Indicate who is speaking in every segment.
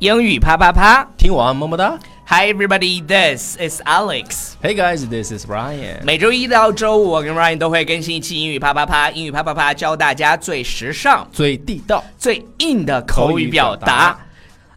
Speaker 1: 英语啪啪啪
Speaker 2: 听完么么哒。
Speaker 1: ！Hi everybody, this is Alex。
Speaker 2: Hey guys, this is Ryan。
Speaker 1: 每周一到周五，我跟 Ryan 都会更新一期英语啪啪啪。英语啪啪啪教大家最时尚、
Speaker 2: 最地道。
Speaker 1: 最硬的口语表
Speaker 2: 口语表
Speaker 1: 达。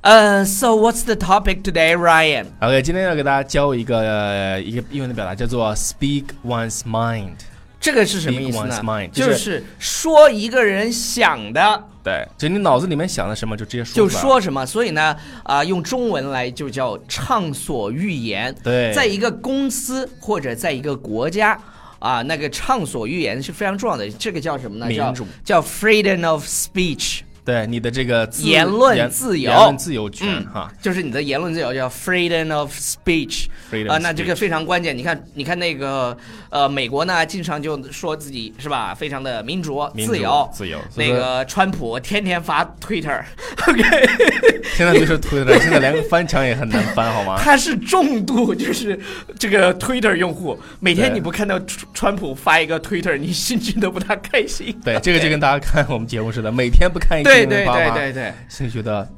Speaker 1: 呃、s o what's the topic today, Ryan？
Speaker 2: OK，今天要给大家教一个、呃一个英文的表达，叫做 speak one's mind。
Speaker 1: 这个是什么意思
Speaker 2: Speak
Speaker 1: 呢
Speaker 2: one's mind，？就
Speaker 1: 就是是说一个人想的
Speaker 2: 对，就你脑子里面想的什么就直接说
Speaker 1: 就
Speaker 2: 出来。
Speaker 1: 说什么，所以呢，啊、用中文来就叫畅所欲言。
Speaker 2: 对
Speaker 1: 在一个公司或者在一个国家，啊、那个畅所欲言是非常重要的。这个叫什么呢？
Speaker 2: 民
Speaker 1: 叫
Speaker 2: 主
Speaker 1: 叫 freedom of speech，
Speaker 2: 对你的这个自
Speaker 1: 言论自由
Speaker 2: 言论自由权、
Speaker 1: 嗯
Speaker 2: 哈。
Speaker 1: 就是你的言论自由叫 freedom of speech。
Speaker 2: Freedom
Speaker 1: 啊、
Speaker 2: of
Speaker 1: 那这个
Speaker 2: speech
Speaker 1: 非常关键。你看，你看那个呃，美国呢，经常就说自己是吧，非常的民主、
Speaker 2: 民主
Speaker 1: 自由、
Speaker 2: 自由所以
Speaker 1: 那
Speaker 2: 说
Speaker 1: 个川普天天发 Twitter，OK，、
Speaker 2: 现在就是 Twitter，现在连个翻墙也很难翻，好吗？
Speaker 1: 他是重度就是这个 Twitter 用户，每天
Speaker 2: 对
Speaker 1: 你不看到川川普发一个 Twitter，你心情都不大开心。
Speaker 2: 对，这个就跟大家看我们节目似的，每天不看一
Speaker 1: 对
Speaker 2: 英文
Speaker 1: 对
Speaker 2: 啪
Speaker 1: 对
Speaker 2: 啪
Speaker 1: 对对，
Speaker 2: 心里觉得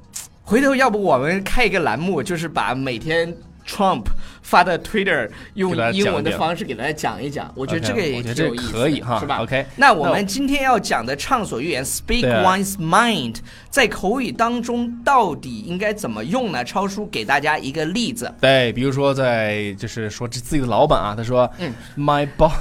Speaker 1: 回头要不我们开一个栏目，就是把每天 Trump 发的 Twitter 用
Speaker 2: 给大家讲一
Speaker 1: 英
Speaker 2: 遍
Speaker 1: 文的方式给大家讲一讲，我觉得
Speaker 2: OK，
Speaker 1: 这个也
Speaker 2: 我觉得
Speaker 1: 挺有
Speaker 2: 这
Speaker 1: 意思的
Speaker 2: 可以哈
Speaker 1: 是吧
Speaker 2: OK，
Speaker 1: 那我
Speaker 2: 那
Speaker 1: 们今天要讲的畅所欲言，speak
Speaker 2: 对啊
Speaker 1: one's mind，在口语当中到底应该怎么用呢？超叔给大家一个例子，
Speaker 2: 对，比如说在就是说自己的老板啊，他说，
Speaker 1: 嗯
Speaker 2: ，My boss，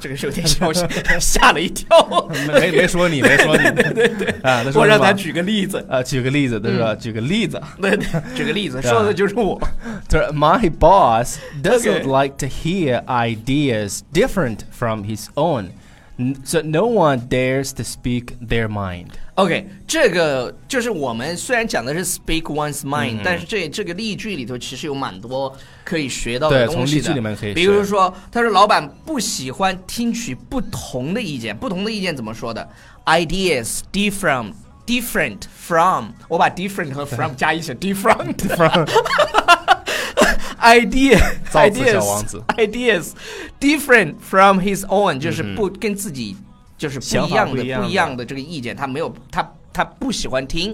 Speaker 1: 这个是有点像，我 吓了一跳，
Speaker 2: 没没说你，没 说你，对对对啊，他说
Speaker 1: 我让
Speaker 2: 什么
Speaker 1: 他举个例子，
Speaker 2: 呃，举个例子，他
Speaker 1: 嗯
Speaker 2: 说举个例子，
Speaker 1: 对对，举个例子，
Speaker 2: 对啊
Speaker 1: 说的就是我。
Speaker 2: 他说 My boss doesn't
Speaker 1: Okay.
Speaker 2: like to hear ideas different from his own, n- so no one dares to speak their mind.
Speaker 1: OK，这个就是我们虽然讲的是 speak one's
Speaker 2: 嗯
Speaker 1: mind，、但是这这个例句里头其实有蛮多可以学到的
Speaker 2: 对
Speaker 1: 东西的。
Speaker 2: 从例句里面可以学
Speaker 1: 比如说，他说老板不喜欢听取不同的意见，不同的意见怎么说的？Ideas different different from，我把 different 和 from 加一起，different
Speaker 2: From
Speaker 1: idea
Speaker 2: 造字
Speaker 1: ideas
Speaker 2: 小王子
Speaker 1: ideas different from his own，就是不跟自己就是不
Speaker 2: 嗯想
Speaker 1: 一
Speaker 2: 法
Speaker 1: 样的
Speaker 2: 不一样的
Speaker 1: 不一样的这个意见，他没有他他不喜欢听。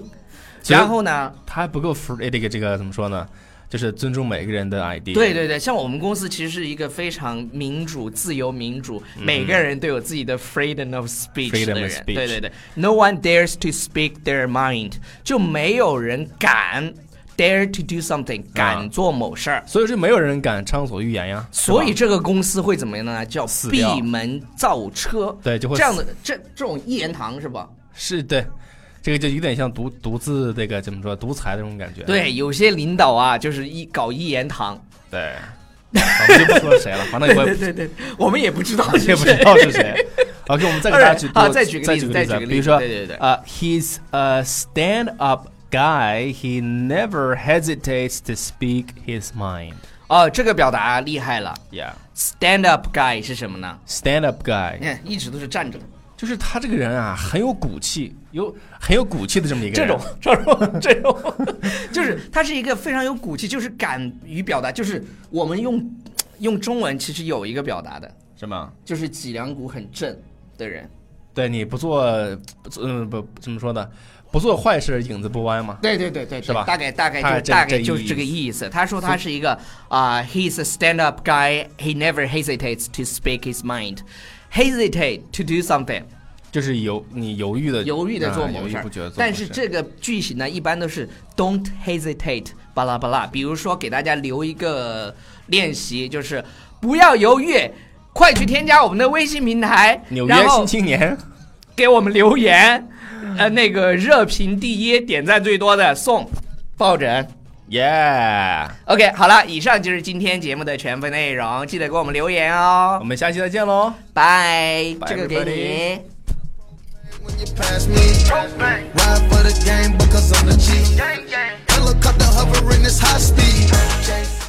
Speaker 2: 其实
Speaker 1: 然后呢？
Speaker 2: 他还不够 free，这个这个怎么说呢？就是尊重每个人的 idea。
Speaker 1: 对对对，像我们公司其实是一个非常民主、自由民主，每个人都有自己的 freedom of speech
Speaker 2: 嗯
Speaker 1: 的
Speaker 2: Freedom of
Speaker 1: 人。
Speaker 2: speech
Speaker 1: 对对对，no one dares to speak their mind，就没有人敢 dare to do something，敢
Speaker 2: 啊
Speaker 1: 做某事儿。
Speaker 2: 所以说没有人敢畅所欲言呀。是吧
Speaker 1: 所以这个公司会怎么样呢？叫
Speaker 2: 死掉
Speaker 1: 闭门造车。
Speaker 2: 对就会
Speaker 1: 这样的这这种一言堂是吧？
Speaker 2: 是对，这个就有点像独独自这个怎么说独裁的那种感觉。
Speaker 1: 对，有些领导啊，就是一搞一言堂。
Speaker 2: 对，我们就不说谁了，反 正我也
Speaker 1: 对对对，我 们也不知道是
Speaker 2: 也不知
Speaker 1: 谁。
Speaker 2: 道 是谁。OK，我们再给大家举多
Speaker 1: 好再举个
Speaker 2: 再
Speaker 1: 例子
Speaker 2: 个
Speaker 1: 再
Speaker 2: 例子，
Speaker 1: 举个
Speaker 2: 比
Speaker 1: 例
Speaker 2: 如
Speaker 1: 子
Speaker 2: 说，
Speaker 1: 对对对
Speaker 2: 呃，He's a stand-up guy. He never hesitates to speak his mind.
Speaker 1: 哦，这个表达厉害了。
Speaker 2: Yeah,
Speaker 1: Stand up guy 是什么呢？
Speaker 2: stand-up
Speaker 1: 你
Speaker 2: guy
Speaker 1: 看，一直都是站着的，
Speaker 2: 就是他这个人啊，很有骨气，有很有骨气的这么一个
Speaker 1: 这
Speaker 2: 人。
Speaker 1: 种这种这种，就是他是一个非常有骨气，就是敢于表达，就是我们用用中文其实有一个表达的，
Speaker 2: 什么？
Speaker 1: 就是脊梁骨很正的人。
Speaker 2: 对你不做，不做嗯，不怎么说呢？不做坏事，影子不歪嘛。
Speaker 1: 对对对对，
Speaker 2: 是吧
Speaker 1: 大概大概
Speaker 2: 大概
Speaker 1: 就
Speaker 2: 这
Speaker 1: 大
Speaker 2: 这
Speaker 1: 概
Speaker 2: 意
Speaker 1: 就是这个意思。他说他是一个啊、h e s a stand up guy. He never hesitates to speak his mind. Hesitate to do something.
Speaker 2: 就是犹你犹豫的
Speaker 1: 犹豫的做
Speaker 2: 啊
Speaker 1: 某
Speaker 2: 犹豫
Speaker 1: 事儿、
Speaker 2: 不决地做
Speaker 1: 但
Speaker 2: 某
Speaker 1: 是
Speaker 2: 事
Speaker 1: 这个句型呢，一般都是 don't hesitate，巴拉巴拉。比如说，给大家留一个练习，就是不要犹豫，快去添加我们的微信平台，
Speaker 2: 纽
Speaker 1: 然
Speaker 2: 约
Speaker 1: 后
Speaker 2: 新青年，
Speaker 1: 给我们留言，呃，那个热评第一，点赞最多的送抱枕。
Speaker 2: 耶！
Speaker 1: OK，好了，以上就是今天节目的全部内容，记得给我们留言
Speaker 2: 我
Speaker 1: 哦，
Speaker 2: 们下期再见喽。
Speaker 1: 拜，
Speaker 2: Bye，
Speaker 1: 这个给
Speaker 2: everybody
Speaker 1: 你。
Speaker 3: When you pass me, ride for the game because I'm the G. Helicopter hovering this high speed.